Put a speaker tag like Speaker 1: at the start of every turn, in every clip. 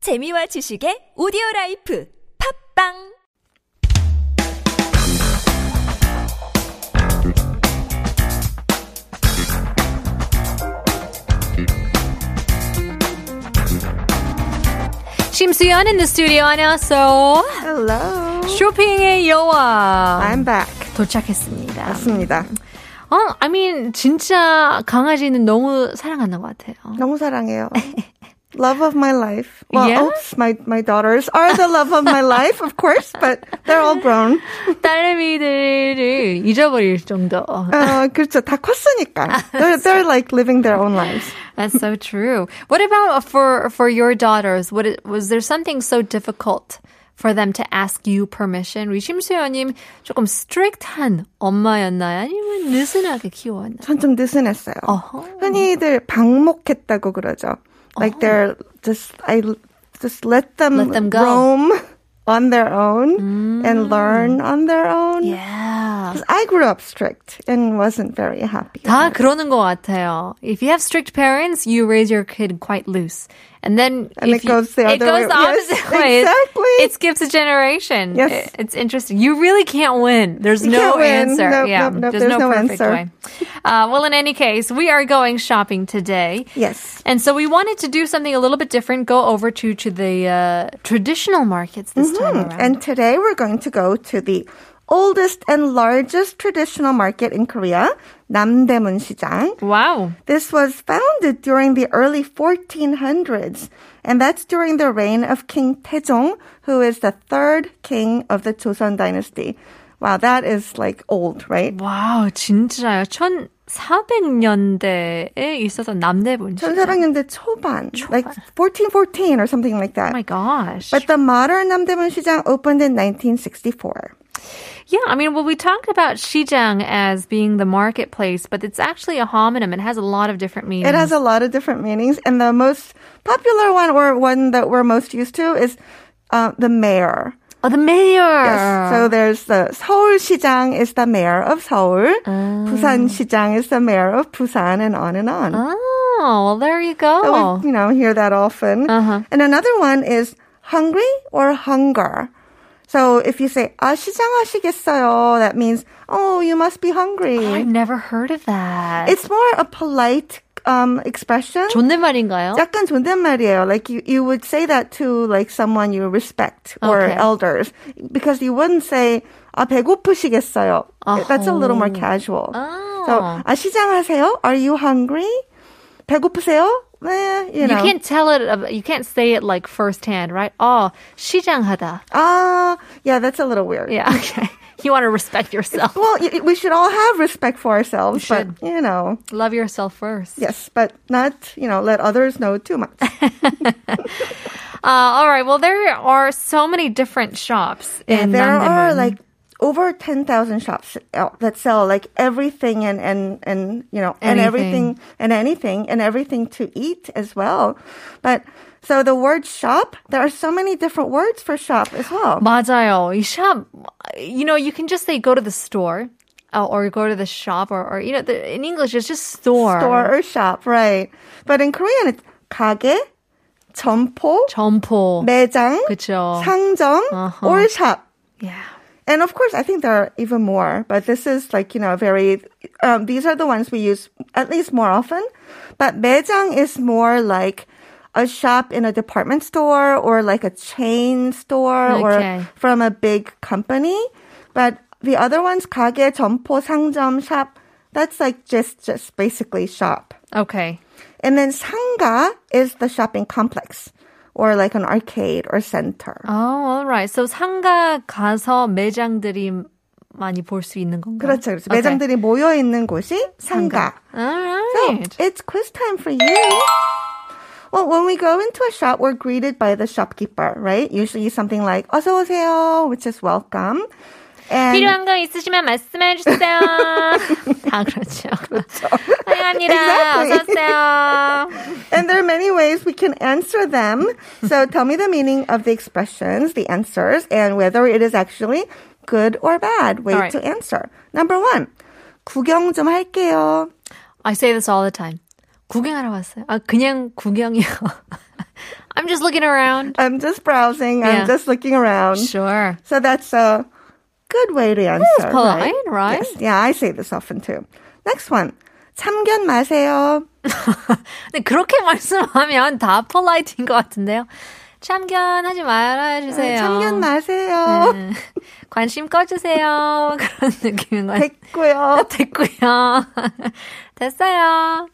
Speaker 1: 재미와 지식의 오디오 라이프 팝빵
Speaker 2: 심수연 in the studio 안녕하세요.
Speaker 3: Hello.
Speaker 2: 쇼핑의 여왕
Speaker 3: I'm back.
Speaker 2: 도착했습니다.
Speaker 3: 맞습니다.
Speaker 2: 어, I mean 진짜 강아지는 너무 사랑하는 것 같아요.
Speaker 3: 너무 사랑해요. Love of my life. Well,
Speaker 2: Yeah?
Speaker 3: oops, my, my daughters are the love of my life, of course, but they're all grown.
Speaker 2: 딸미들을 잊어버릴 정도.
Speaker 3: 어, 그렇죠. 다 컸으니까. They're, they're like living their own lives.
Speaker 2: That's so true. What about for for your daughters? What i- was there something so difficult? for them to ask you permission. 우리 심수연님 조금 strict한 엄마였나요? 아니면 느슨하게 키웠나요?
Speaker 3: 전 좀 느슨했어요.
Speaker 2: 어허.
Speaker 3: 흔히들 방목했다고 그러죠. Like they're just, I just let them,
Speaker 2: Let them go.
Speaker 3: roam on their own and learn on their own.
Speaker 2: Yeah.
Speaker 3: 'Cause I grew up strict and wasn't very happy.
Speaker 2: 다 그러는 것 같아요. If you have strict parents, you raise your kid quite loose. And then
Speaker 3: And
Speaker 2: if
Speaker 3: it goes the
Speaker 2: you, it
Speaker 3: other
Speaker 2: goes the
Speaker 3: way. Yes,
Speaker 2: opposite way. It-
Speaker 3: exactly.
Speaker 2: It skips a generation.
Speaker 3: Yes.
Speaker 2: It- it's interesting. You really can't win. There's
Speaker 3: You
Speaker 2: no
Speaker 3: can't win.
Speaker 2: answer.
Speaker 3: Nope,
Speaker 2: yeah,
Speaker 3: nope, nope.
Speaker 2: there's,
Speaker 3: There's
Speaker 2: no,
Speaker 3: no
Speaker 2: perfect
Speaker 3: answer.
Speaker 2: way. Uh, well, in any case, we are going shopping today.
Speaker 3: Yes.
Speaker 2: And so we wanted to do something a little bit different. Go over to to the uh, traditional markets this time around.
Speaker 3: And today we're going to go to the oldest and largest traditional market in Korea, Namdaemun Sijang.
Speaker 2: wow.
Speaker 3: This was founded during the early 1400s, and that's during the reign of King Taejong, who is the third king of the Joseon dynasty. Wow, that is like old, right?
Speaker 2: 와우, 진짜요. 1400년대에 있어서 남대문 시장.
Speaker 3: 1400년대 초반, like 1414 or something like
Speaker 2: Oh my
Speaker 3: that.
Speaker 2: gosh.
Speaker 3: But the modern Namdaemun Sijang opened in 1964.
Speaker 2: yeah, I mean, well, we talked about Shijang as being the marketplace, but it's actually a homonym. It has a lot of different meanings.
Speaker 3: It has a lot of different meanings, and the most popular one, or one that we're most used to, is uh, the mayor.
Speaker 2: oh, the mayor.
Speaker 3: Yes. So there's the 서울시장 is the mayor of Seoul, 부산시장 is the mayor of Busan, and on and on.
Speaker 2: oh, well, there you
Speaker 3: So
Speaker 2: go.
Speaker 3: we, you know, hear that often. And another one is hungry or hunger. So if you say 아 시장하시겠어요, that means oh you must be hungry.
Speaker 2: I've never heard of that.
Speaker 3: It's more a polite um, expression.
Speaker 2: 존댓말인가요?
Speaker 3: 약간 존댓말이에요. Like you, you would say that to like someone you respect or
Speaker 2: Okay.
Speaker 3: elders because you wouldn't say 아 배고프시겠어요.
Speaker 2: Oh.
Speaker 3: That's a little more casual. So 아 시장하세요? Are you hungry? 배고프세요? Eh,
Speaker 2: You
Speaker 3: you know.
Speaker 2: can't tell it. ab- You can't say it like firsthand, right? Oh, 시장하다.
Speaker 3: Ah, yeah, that's a little weird.
Speaker 2: Yeah. Okay. You want to respect yourself.
Speaker 3: Well, y- y- we should all have respect for ourselves,
Speaker 2: should.
Speaker 3: but you know,
Speaker 2: Love yourself first.
Speaker 3: yes, but not you know let others know too much.
Speaker 2: Uh, all right. Well, there are so many different shops in
Speaker 3: there are
Speaker 2: Namdaemun.
Speaker 3: like over 10,000 shops out that sell like everything and and and you know and
Speaker 2: Anything.
Speaker 3: everything and anything and everything to eat as well. But so the word shop, there are so many different words for shop as well.
Speaker 2: 맞아요. 이 샵, you know, you can just say go to the store uh, or go to the shop or, or you know, the, in English it's just store.
Speaker 3: Store or shop, right? But in Korean it's 가게, 점포, 네.
Speaker 2: 점포.
Speaker 3: 매장,
Speaker 2: 그쵸.
Speaker 3: 상점
Speaker 2: Uh-huh.
Speaker 3: or shop.
Speaker 2: Yeah.
Speaker 3: And of course, I think there are even more, but this is like, you know, very, um, these are the ones we use at least more often. But 매장 is more like a shop in a department store or like a chain store
Speaker 2: Okay.
Speaker 3: or from a big company. But the other ones, 가게, 점포, 상점, shop, that's like just, just basically shop.
Speaker 2: Okay.
Speaker 3: And then 상가 is the shopping complex or like an arcade or center.
Speaker 2: Oh, all right. So 상가 가서 매장들이 많이 볼 수 있는 건가요?
Speaker 3: 그렇죠. 그렇죠. 매장들이 모여 있는 곳이 상가.
Speaker 2: Okay. All
Speaker 3: So
Speaker 2: right.
Speaker 3: it's quiz time for you. Well, when we go into a shop, we're greeted by the shopkeeper, right? Usually something like "어서 오세요," which is welcome. And
Speaker 2: 필요한 거 있으시면 말씀해 주세요. 다 그렇죠. 환영합니다.
Speaker 3: Exactly.
Speaker 2: 어서 오세요.
Speaker 3: and there are many ways we can answer them. So tell me the meaning of the expressions, the answers, and whether it is actually good or bad way
Speaker 2: All right.
Speaker 3: to answer. Number one, 구경 좀 할게요.
Speaker 2: I say this all the time. 구경하러 왔어요. 아, 그냥 구경이요. I'm just looking around.
Speaker 3: I'm just browsing.
Speaker 2: Yeah.
Speaker 3: I'm just looking around.
Speaker 2: Sure.
Speaker 3: So that's a good way to answer.
Speaker 2: polite, right?
Speaker 3: Yes. Yeah, I say this often too. Next one. 참견 마세요.
Speaker 2: 근데 그렇게 말씀하면 다 폴라이트인 것 같은데요. 참견하지 말아주세요.
Speaker 3: 네,
Speaker 2: 네.
Speaker 3: 참견 마세요.
Speaker 2: 관심 꺼주세요. 그런 느낌인 것 같아요. 어,
Speaker 3: 됐고요.
Speaker 2: 됐고요. 됐어요.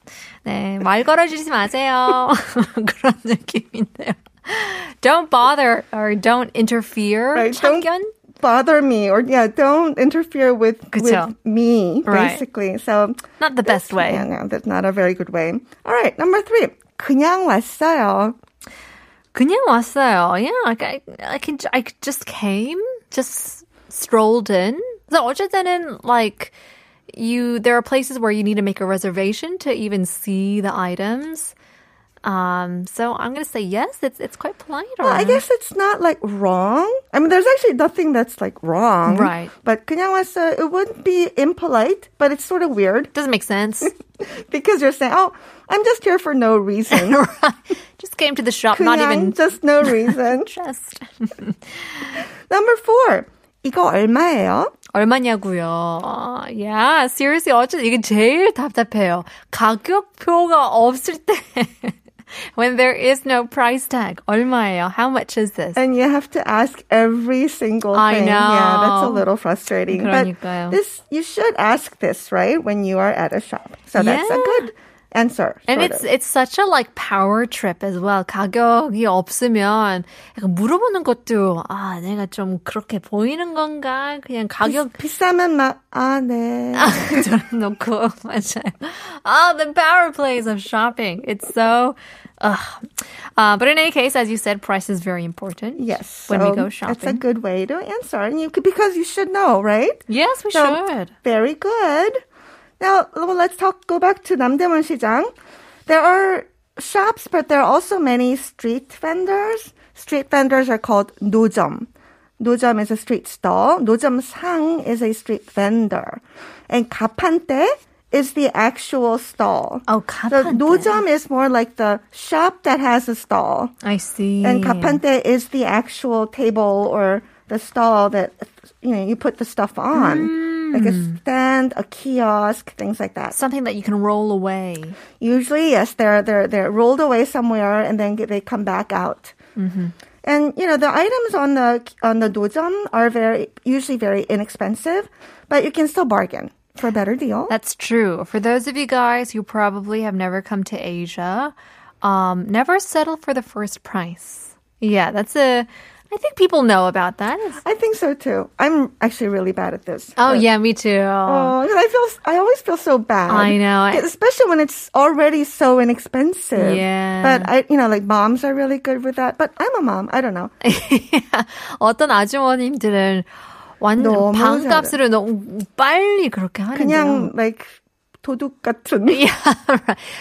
Speaker 2: 네, 말 걸어주지 마세요. 그런 느낌인데요. Don't bother or don't interfere.
Speaker 3: Right, don't-
Speaker 2: 참견?
Speaker 3: Bother me or yeah, don't interfere with,
Speaker 2: 그쵸.
Speaker 3: with me
Speaker 2: Right.
Speaker 3: basically. So
Speaker 2: Not the best way.
Speaker 3: Yeah, no, that's not a very good way. All right, number three. 그냥 왔어요.
Speaker 2: 그냥 왔어요. Yeah, like I, I can, I just came, just strolled in. So 어쨌든 like you, there are places where you need to make a reservation to even see the items. Um, so I'm gonna say yes. It's it's quite polite.
Speaker 3: Well, I
Speaker 2: around.
Speaker 3: guess it's not like wrong. I mean, there's actually nothing that's like wrong.
Speaker 2: Right.
Speaker 3: But 그냥 왔어요. It wouldn't be impolite, but it's sort of weird
Speaker 2: doesn't make sense.
Speaker 3: because you're saying, "Oh, I'm just here for no reason."
Speaker 2: just came to the shop, not
Speaker 3: 그냥
Speaker 2: even
Speaker 3: just no reason.
Speaker 2: just.
Speaker 3: Number four. 이거 얼마예요?
Speaker 2: 얼마냐고요? 아, yeah, seriously, 어쨌든 이게 제일 답답해요. 가격표가 없을 때. When there is no price tag. 얼마예요? How much is this?
Speaker 3: And you have to ask every single
Speaker 2: I
Speaker 3: thing. Yeah, that's a
Speaker 2: know.
Speaker 3: little frustrating.
Speaker 2: 그러니까요.
Speaker 3: But this, you should ask this, right? When you are at a shop. So that's a
Speaker 2: Yeah.
Speaker 3: good answer.
Speaker 2: And
Speaker 3: sort
Speaker 2: it's
Speaker 3: of.
Speaker 2: it's such a like power trip as well. 가격이 없으면 약간 물어보는 것도 아 내가 좀 그렇게 보이는 건가? 그냥 가격
Speaker 3: 비싸면 막, 아, 네.
Speaker 2: 놓고 맞아요. Oh, the power plays of shopping. It's so. ugh. Uh, but in any case, as you said, price is very important.
Speaker 3: Yes.
Speaker 2: when we
Speaker 3: so
Speaker 2: go
Speaker 3: That's a
Speaker 2: shopping.
Speaker 3: good way to answer. And you could, because you should know, right?
Speaker 2: Yes, we
Speaker 3: So,
Speaker 2: should.
Speaker 3: Very good. Now, well, let's talk, go back to 남대문 시장. There are shops, but there are also many street vendors. Street vendors are called 노점. 노점 is a street stall. 노점상 is a street vendor. And 가판대 is the actual stall.
Speaker 2: Oh,
Speaker 3: So
Speaker 2: 가판대.
Speaker 3: 노점 is more like the shop that has a stall.
Speaker 2: I see.
Speaker 3: And kapante is the actual table or the stall that you know you put the stuff on, like a stand, a kiosk, things like that.
Speaker 2: Something that you can roll away.
Speaker 3: Usually, yes, they're they're they're rolled away somewhere and then they come back out. And you know the items on the on the dojam are very usually very inexpensive, but you can still bargain for a better deal.
Speaker 2: That's true. For those of you guys who probably have never come to Asia, um, never settle for the first price. Yeah, that's a. I think people know about that. It's-
Speaker 3: I think so too. I'm actually really bad at this.
Speaker 2: oh
Speaker 3: but-
Speaker 2: yeah, me too.
Speaker 3: Oh, 'cause I feel I always feel so bad.
Speaker 2: I know. I-
Speaker 3: especially when it's already so inexpensive.
Speaker 2: Yeah.
Speaker 3: But I, you know, like moms are really good with that. But I'm a mom. I don't know.
Speaker 2: 어떤 아주머님들은 완전
Speaker 3: 너무
Speaker 2: 반값으로 너무 빨리 그렇게 하는데요.
Speaker 3: 그냥 like 도둑 같은.
Speaker 2: Yeah,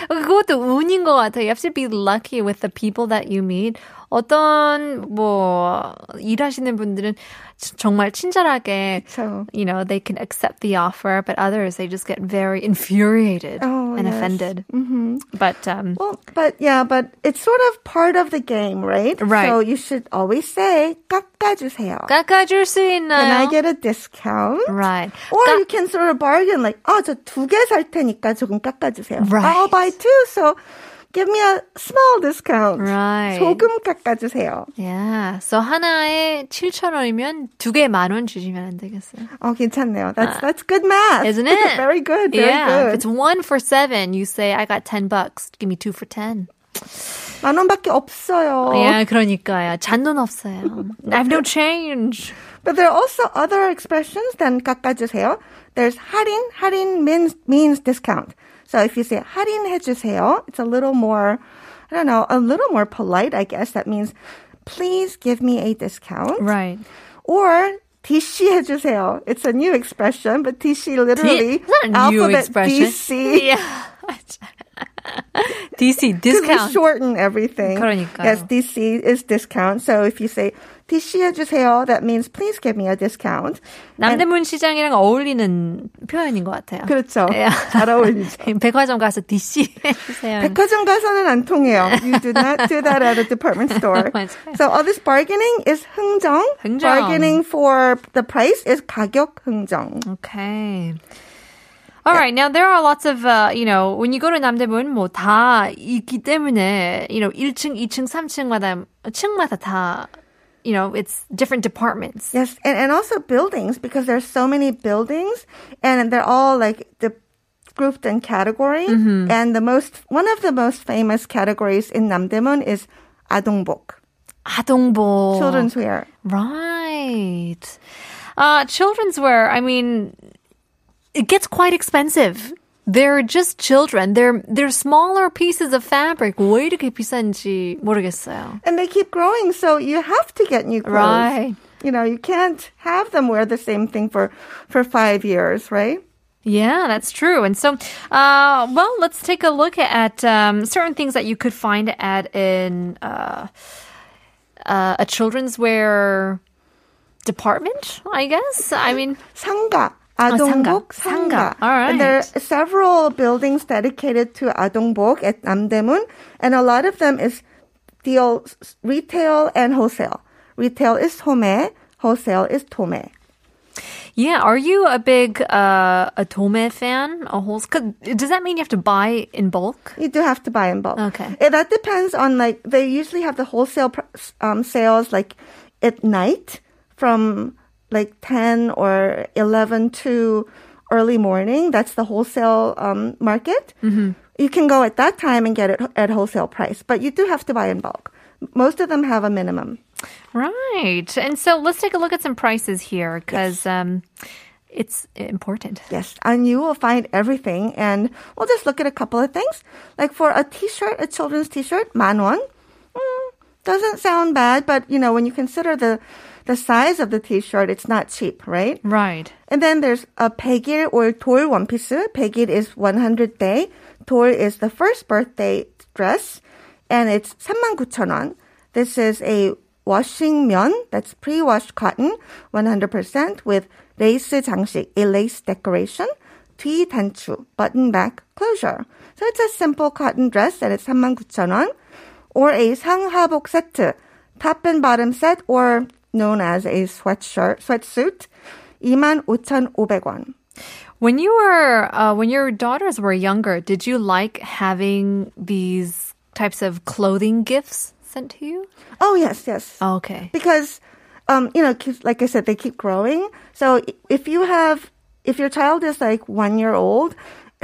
Speaker 2: 그것도 운인 것 같아요. You have to be lucky with the people that you meet. 어떤 뭐 일하시는 분들은 지- 정말 친절하게
Speaker 3: 그쵸.
Speaker 2: you know they can accept the offer, but others they just get very infuriated
Speaker 3: Oh,
Speaker 2: and
Speaker 3: yes. Mm-hmm.
Speaker 2: offended. But um,
Speaker 3: Well, but yeah, but it's sort of part of the game, right?
Speaker 2: Right.
Speaker 3: So you should always say 깎아주세요.
Speaker 2: 깎아줄 수
Speaker 3: Can I
Speaker 2: 있나요?
Speaker 3: get a discount?
Speaker 2: right.
Speaker 3: Or
Speaker 2: 깎-
Speaker 3: you can sort of bargain like, 아, 저 두 개 살 테니까 조금 깎아주세요.
Speaker 2: Right.
Speaker 3: I'll buy two, so give me a small discount.
Speaker 2: Right.
Speaker 3: 조금 깎아주세요.
Speaker 2: Yeah. So 하나에 7,000원이면 두 개 만 원 주시면 안 되겠어요.
Speaker 3: 어, 괜찮네요. That's, that's good math.
Speaker 2: Isn't it?
Speaker 3: very good, very
Speaker 2: yeah. If it's
Speaker 3: good.
Speaker 2: one for seven, you say, I got 10 bucks. Give me two for 10.
Speaker 3: 만 원밖에 없어요.
Speaker 2: Yeah, 네, 그러니까요. 잔돈 없어요. I have no change.
Speaker 3: But there are also other expressions than 깎아주세요. There's 할인. 할인 means, means discount. So if you say 할인해주세요, it's a little more, I don't know, a little more polite, I guess. That means, please give me a discount.
Speaker 2: Right.
Speaker 3: Or DC 해주세요. It's a new expression, but DC literally
Speaker 2: It's not a new
Speaker 3: alphabet
Speaker 2: 예. expression.
Speaker 3: DC.
Speaker 2: Yeah. DC
Speaker 3: We
Speaker 2: discount.
Speaker 3: shorten everything.
Speaker 2: 그러니까요.
Speaker 3: Yes, DC is discount. So if you say DC해 주세요, that means please give me a discount.
Speaker 2: 남대문 시장이랑 어울리는 표현인 것 같아요.
Speaker 3: 그렇죠.
Speaker 2: 예.
Speaker 3: 잘 어울리죠.
Speaker 2: 백화점 가서 DC 해주세요.
Speaker 3: 백화점 가서는 안 통해요. You do not do that at a department store.
Speaker 2: 맞아요.
Speaker 3: so all this bargaining is 흥정.
Speaker 2: 흥정.
Speaker 3: Bargaining for the price is 가격 흥정.
Speaker 2: Okay. All right. Now there are lots of uh, you know when you go to 남대문 뭐 다 있기 때문에 you know 1층, 2층, 3층마다 층마다 다 you know it's different departments.
Speaker 3: Yes, and, and also buildings because there's so many buildings and they're all like the grouped in category. And the most one of the most famous categories in Namdaemun is 아동복,
Speaker 2: 아동복.
Speaker 3: children's wear.
Speaker 2: Right. Uh, children's wear, I mean, it gets quite expensive. They're just children. They're they're smaller pieces of fabric. 왜 이렇게 비싼지 모르겠어요.
Speaker 3: And they keep growing, so you have to get new clothes.
Speaker 2: Right.
Speaker 3: You know, you can't have them wear the same thing for for 5 years, right?
Speaker 2: Yeah, that's true. And so, uh, well, let's take a look at um, certain things that you could find at in uh, uh, a children's wear department. I guess. I mean,
Speaker 3: 상가. 아동복
Speaker 2: 상가.
Speaker 3: 상가.
Speaker 2: All right.
Speaker 3: And there are several buildings dedicated to 아동복 at 남대문, and a lot of them is deal retail and wholesale. Retail is 소매, wholesale is 도매.
Speaker 2: Yeah, are you a big uh, a Tome fan? A whole? 'cause Does that mean you have to buy in bulk?
Speaker 3: You do have to buy in bulk.
Speaker 2: Okay.
Speaker 3: Eh, that depends on like they usually have the wholesale pr- um, sales like at night from like ten or eleven to early morning. That's the wholesale um, market. Mm-hmm. You can go at that time and get it at wholesale price, but you do have to buy in bulk. Most of them have a minimum.
Speaker 2: Right. And so let's take a look at some prices here because um, it's important.
Speaker 3: Yes, and you will find everything. And we'll just look at a couple of things. Like for a t-shirt, a children's t-shirt, manwon, mm, doesn't sound bad, but you know, when you consider the, the size of the t-shirt, it's not cheap, right?
Speaker 2: Right.
Speaker 3: And then there's a pegir or 돌 one piece. Pegir is 100 day. 돌 is the first birthday dress. And it's 39,000원. This is a washing 면, that's pre-washed cotton, 100% with lace 장식, a lace decoration, 뒤 단추, button back closure. So it's a simple cotton dress and it's 39,000원. Or a 상하복 세트, top and bottom set or known as a sweatshirt, sweatsuit. 25,500원.
Speaker 2: When you were uh, when your daughters were younger, did you like having these types of clothing gifts sent to you?
Speaker 3: Oh, yes, yes.
Speaker 2: Okay.
Speaker 3: Because, um, you know, kids, like I said, they keep growing. So i- if you have, if your child is like one year old,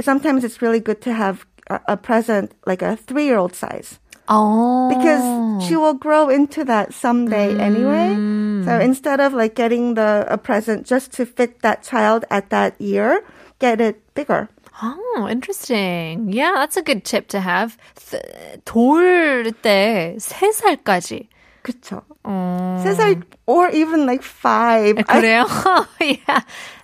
Speaker 3: sometimes it's really good to have a, a present like a three year old size
Speaker 2: Oh.
Speaker 3: because she will grow into that someday
Speaker 2: Mm.
Speaker 3: anyway. So instead of like getting the a present just to fit that child at that year, get it bigger.
Speaker 2: Oh, interesting. Yeah, that's a good tip to have. th- 돌때 3살까지.
Speaker 3: 그쵸.
Speaker 2: Oh.
Speaker 3: Says I, or even like five. I
Speaker 2: 그래요? yeah.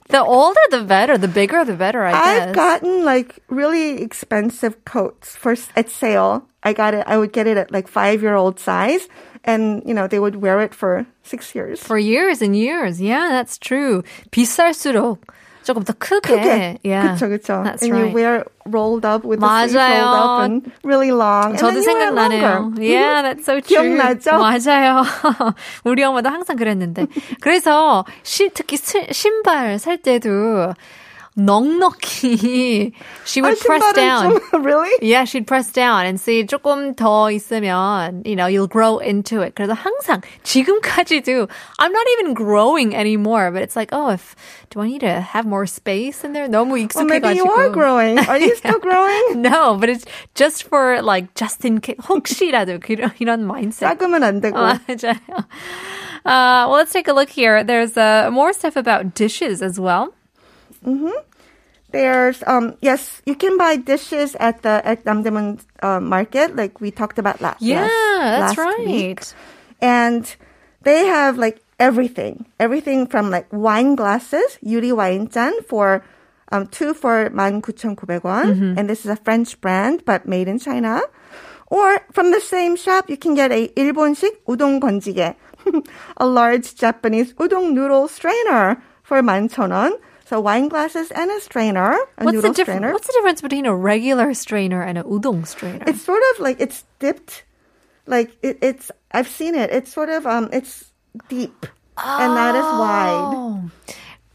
Speaker 2: The older the better, the bigger the better, I guess.
Speaker 3: I've gotten like really expensive coats for s- at sale. I got it. I would get it at like five year old size, and you know they would wear it for six years.
Speaker 2: For years and years. Yeah, that's true. 비쌀수록 조금 더 크게.
Speaker 3: Okay.
Speaker 2: Yeah.
Speaker 3: 그쵸, 그쵸.
Speaker 2: That's
Speaker 3: and
Speaker 2: right.
Speaker 3: you wear it rolled up with the sleeves rolled
Speaker 2: 맞아요.
Speaker 3: up and really long.
Speaker 2: 저도
Speaker 3: and then you wear it
Speaker 2: 생각나네요.
Speaker 3: longer. Mm-hmm. 음,
Speaker 2: Yeah, that's so true.
Speaker 3: 기억나죠?
Speaker 2: 맞아요. 우리 엄마도 항상 그랬는데. 그래서 시, 특히 시- 신발 살 때도 넉넉히 she
Speaker 3: 아,
Speaker 2: would press
Speaker 3: 신발은
Speaker 2: down.
Speaker 3: 좀- really?
Speaker 2: Yeah, she'd press down and see 조금 더 있으면, you know, you'll grow into it. 그래서 항상 지금까지도 I'm not even growing anymore, but it's like, oh, if do I need to have more space in there? 너무
Speaker 3: Well, maybe you
Speaker 2: 익숙해가지고.
Speaker 3: are growing. Are you still growing?
Speaker 2: No, but it's just for like just in case 혹시라도 그런 이런 mindset.
Speaker 3: 작으면 안 되고.
Speaker 2: 맞아요. Uh, well, let's take a look here. There's uh, more stuff about dishes as well.
Speaker 3: There's um yes, you can buy dishes at the at Namdaemun uh, market, like we talked about last.
Speaker 2: Yeah,
Speaker 3: last,
Speaker 2: that's
Speaker 3: last
Speaker 2: right.
Speaker 3: week. and they have like everything, everything from like wine glasses, yuri wine 잔 for um, two for 19,900
Speaker 2: Mm-hmm.
Speaker 3: won. And this is a French brand, but made in China. Or from the same shop, you can get a 일본식 우동 건지게, a large Japanese udon noodle strainer for 11,000원. So wine glasses and a strainer, a
Speaker 2: What's the,
Speaker 3: noodle
Speaker 2: diff-
Speaker 3: strainer.
Speaker 2: what's the difference between a regular strainer and a udon strainer?
Speaker 3: It's sort of like it's dipped, like it, it's. I've seen it. It's sort of um, it's deep and not as wide.
Speaker 2: Oh.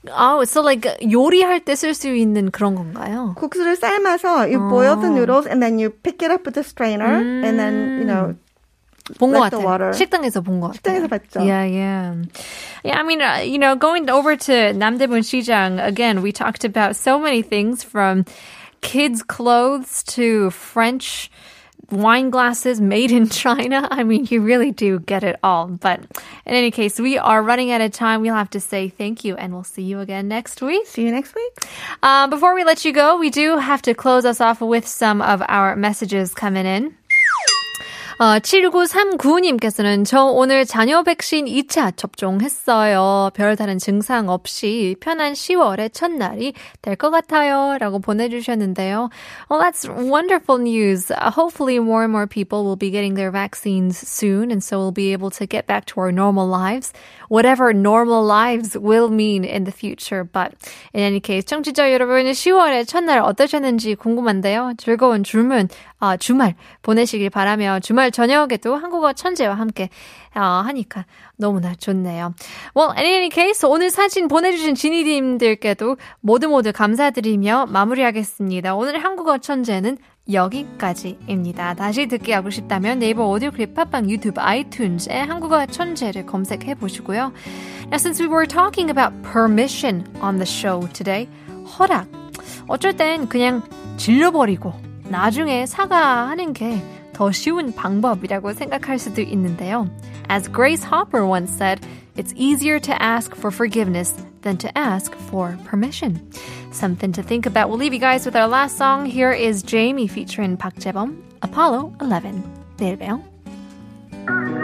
Speaker 2: Oh, so like 요리할 때 쓸 수 있는 그런 건가요?
Speaker 3: 국수를 삶아서 you boil the noodles and then you pick it up with the strainer and then you know
Speaker 2: 본 것
Speaker 3: Like the
Speaker 2: 같아요.
Speaker 3: water.
Speaker 2: 식당에서 본 것 같아요.
Speaker 3: 식당에서 봤죠.
Speaker 2: Yeah, yeah. Yeah, I mean, uh, you know, going over to 남대문 시장, again, we talked about so many things from kids' clothes to French wine glasses made in China. I mean, you really do get it all. But in any case, we are running out of time. We'll have to say thank you, and we'll see you again next week.
Speaker 3: See you next week.
Speaker 2: Um, before we let you go, we do have to close us off with some of our messages coming in. 어, 7939님께서는 저 오늘 잔여 백신 2차 접종했어요. 별다른 증상 없이 편한 10월의 첫날이 될 것 같아요. 라고 보내주셨는데요. Well, that's wonderful news. Uh, hopefully more and more people will be getting their vaccines soon and so we'll be able to get back to our normal lives. Whatever normal lives will mean in the future. But in any case, 청취자 여러분 10월의 첫날 어떠셨는지 궁금한데요. 즐거운 주문, 아, 주말 보내시길 바라며 주말 저녁에도 한국어 천재와 함께 아, 하니까 너무나 좋네요. Well, in any case, 오늘 사진 보내주신 지니님들께도 모두 모두 감사드리며 마무리하겠습니다. 오늘 한국어 천재는 여기까지입니다. 다시 듣기 하고 싶다면 네이버 오디오 클립 팟빵 유튜브 아이튠즈에 한국어 천재를 검색해 보시고요. Now, since we were talking about permission on the show today, 허락. 어쩔 땐 그냥 질러버리고 나중에 사과하는 게 더 쉬운 방법이라고 생각할 수도 있는데요. As Grace Hopper once said, it's easier to ask for forgiveness than to ask for permission. Something to think about. We'll leave you guys with our last song. Here is Jamie featuring Park Jae-bom, Apollo 11. 내일 봬요.